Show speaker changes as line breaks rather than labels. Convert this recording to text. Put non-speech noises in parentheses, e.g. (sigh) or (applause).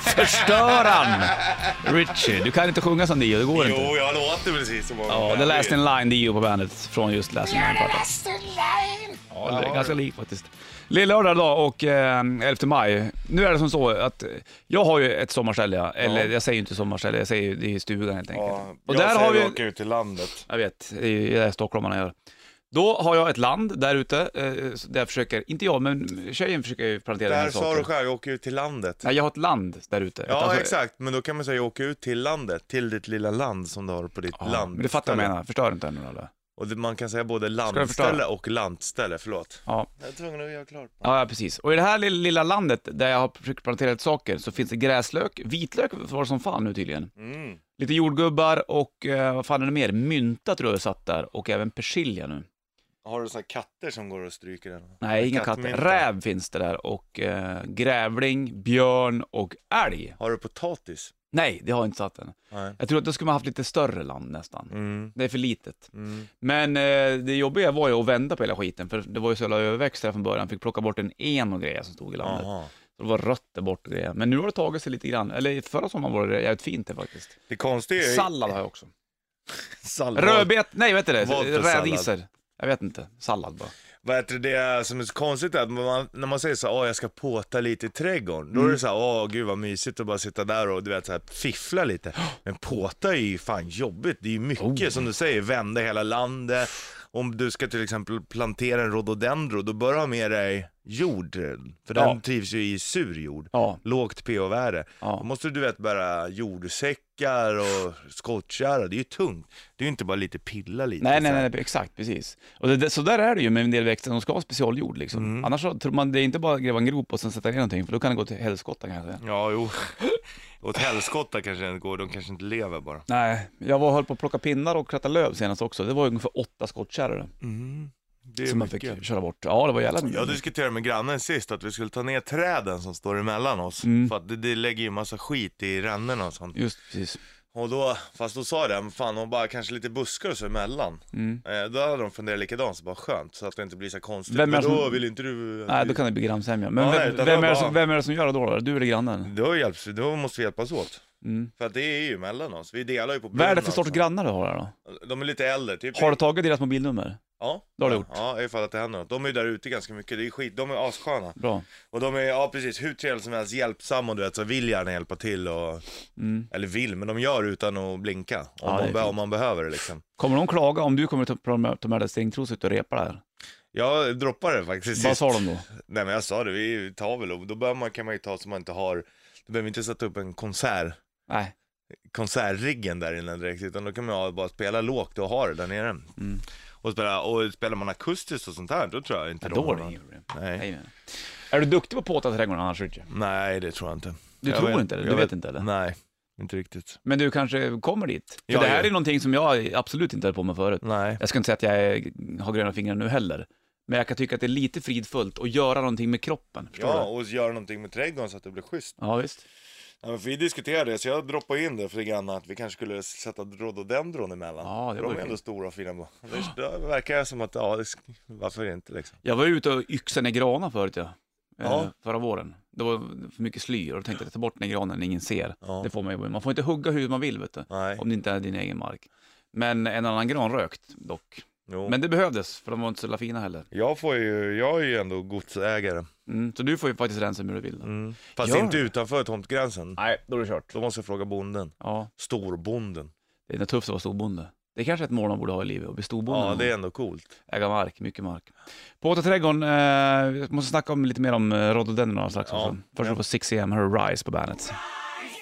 Förstör han! Richie, du kan inte sjunga som Dio, det går inte.
Jo, jag låter precis som honom.
Ja, The Last in Line, Dio på bandet från just Last in Line-plattan.
line.
Ja, det är ganska lik faktiskt. Lillördag idag och eh, 11 maj. Nu är det som så att eh, jag har ju ett sommarställe, ja. eller jag säger ju inte sommarställe, jag säger ju det är stugan helt enkelt.
Ja,
och
jag
där
säger
har vi,
åka ut till landet.
jag vet, det är ju det här stockholmarna gör. Då har jag ett land där ute, eh, så där jag försöker, inte jag men tjejen försöker ju plantera den här
Där sa du
saker.
själv, åka ut till landet.
Nej, jag har ett land där ute.
Ja,
Ett- alltså-
exakt. Men då kan man säga åka ut till landet, till ditt lilla land som du har på ditt
Ja,
land.
men du fattar vad jag menar, förstör inte nu eller?
Och det, man kan säga både
jag förstå?
landställe och lantställe, förlåt.
Ja.
Jag är tvungen att göra klart.
Ja, ja, precis. Och i det här lilla, lilla landet där jag har försökt plantera lite saker så finns det gräslök, vitlök var det som fan nu tydligen.
Mm.
Lite jordgubbar och eh, vad fan är det mer? Mynta tror jag satt där och även persilja nu.
Har du såna katter som går och stryker den?
Nej, inga katter.
Kattmynta.
Räv finns det där och eh, grävling, björn och älg.
Har du potatis?
Nej, det har jag inte satt än.
Nej.
Jag tror att då skulle man haft lite större land nästan.
Mm.
Det är för litet.
Mm.
Men eh, det jobbiga var ju att vända på hela skiten, för det var ju så jävla överväxt där från början. Fick plocka bort en en och grejer som stod i landet.
Aha.
Så det var rött där bort och grejer. Men nu har det tagit sig lite grann. Eller förra sommaren var det jävligt fint det faktiskt.
Det konstiga är
Sallad har jag också.
Sallad.
Rödbet, nej vet du det?
Vad för
Rädisor. Jag vet inte. Sallad bara.
Vad heter det, det som är så konstigt är att man, när man säger så här, åh jag ska påta lite i trädgården, då
Mm.
är det så här, åh gud vad mysigt att bara sitta där och du vet så här,
(gasps)
fiffla lite. Men påta är ju fan jobbigt, det är ju mycket
Oh.
som du säger, vända hela landet. Om du ska till exempel plantera en rhododendro, då bör du ha med dig jord,
Ja.
för den trivs ju i sur jord.
Ja.
Lågt pH-värde.
Ja.
Då måste du du vet bära jordsäckar och skottkärra, det är ju tungt. Det är ju inte bara lite pilla lite.
Nej,
så
nej,
här.
nej, nej, exakt, precis. Och det, det, så där är det ju med en del växter, de ska ha specialjord liksom.
Mm.
Annars så tror man, det är inte bara att gräva en grop och sen sätta ner någonting, för då kan det gå till helskotta kanske.
Ja, jo. Åt helskotta kanske den går, de kanske inte lever bara.
Nej, jag var höll på att plocka pinnar och kratta löv senast också. Det var ungefär åtta skottkärror
Det är
som man
mycket.
fick köra bort. Ja, det var jävla
Jag diskuterade med grannen sist att vi skulle ta ner träden som står emellan oss.
Mm.
För att det, det lägger ju massa skit i rännorna och sånt.
Just precis.
Och då, fast då sa jag det, men fan de bara kanske lite buskar och så emellan.
Mm.
Eh, då hade de funderat likadant, så bara skönt. Så att det inte blir så konstigt.
Vem är
men
det
då
som-
vill inte du...
Nej, då kan det bli grannsämja. Men
Ja, nej,
vem, vem,
utan det
är
var
det som,
bara-
vem är det som gör det då? då? Du eller grannen?
Då, hjälps, vi- då måste vi hjälpas åt.
Mm.
För att det är ju mellan oss. Vi delar ju på
Vad är det
byn
för
och
sorts
sånt.
grannar du har här då?
De är lite äldre, typ
Har du tagit deras mobilnummer?
Ja,
Det har du
ja,
gjort.
Ja, ifall att det händer något. De är ju där ute ganska mycket, det är skit, de är assköna.
Bra.
Och de är, ja precis, hur trevliga som helst, hjälpsamma och du vet, så vill gärna hjälpa till och,
Mm.
eller vill, men de gör utan att blinka. Om,
Ja, det är
man, be-
fint.
om man behöver det liksom.
Kommer de klaga om du kommer ta, ta med- ta med dig stringtrosor ut och repa det här?
Jag droppade det faktiskt
Vad
sist.
sa de då?
Nej men jag sa det, vi tar väl och då behöver man, kan man ju ta så man inte har, du behöver inte sätta upp en konsert,
Nej.
konsertriggen där inne direkt, utan då kan man ju bara spela lågt och ha det där nere.
Mm.
Och, spela, och spelar man akustiskt och sånt här, då tror jag inte
Ja,
de
då
har
är det
någon-
inget problem.
Nej.
Nej, men. Är du duktig på att påta trädgården annars Richie?
Nej, det tror jag inte.
Du
jag
tror inte det? Du
jag
vet inte, eller?
Nej, inte riktigt.
Men du kanske kommer dit? För
Ja,
det här
ja.
är någonting som jag absolut inte höll på med förut.
Nej.
Jag ska inte säga att jag är, har gröna fingrar nu heller, men jag kan tycka att det är lite fridfullt att göra någonting med kroppen. Förstår
Ja,
du?
och göra någonting med trädgården så att det blir schysst.
Ja, visst.
Ja, men för vi diskuterade det, så jag droppade in det för grannar att vi kanske skulle sätta rhododendron emellan.
Ja, det
för de
vore
är ändå
fint.
stora och fina. Det, det verkar som att, ja, det, sk- varför inte liksom?
Jag var ute och yxade ner granar förut, ja. Eh,
Ja.
Förra våren. Det var för mycket sly och då tänkte jag ta bort den här granen ingen ser.
Ja.
Det får man, ju- man får inte hugga hur man vill, vet du.
Nej,
Om det inte är din egen mark. Men en annan gran rökt dock.
jo.
Men det behövdes, för de var inte så jävla fina heller.
Jag får ju, jag är ju ändå godsägare.
Mm, så du får ju faktiskt rensa hur du vill. Då.
Mm. Fast
Gör
inte
det.
utanför tomtgränsen.
Nej, då är det kört.
Då måste jag fråga bonden.
Ja,
Storbonden.
det är tufft att vara storbonde. Det är kanske ett mål man borde ha i livet, att bli storbonde.
Ja,
någon
det är ändå coolt.
Äga mark, mycket mark. På Åtaträdgården, eh, jag måste snacka om lite mer om eh, rhododendron och slags
Ja.
också. Först får vi Six am Her Rise på bandet.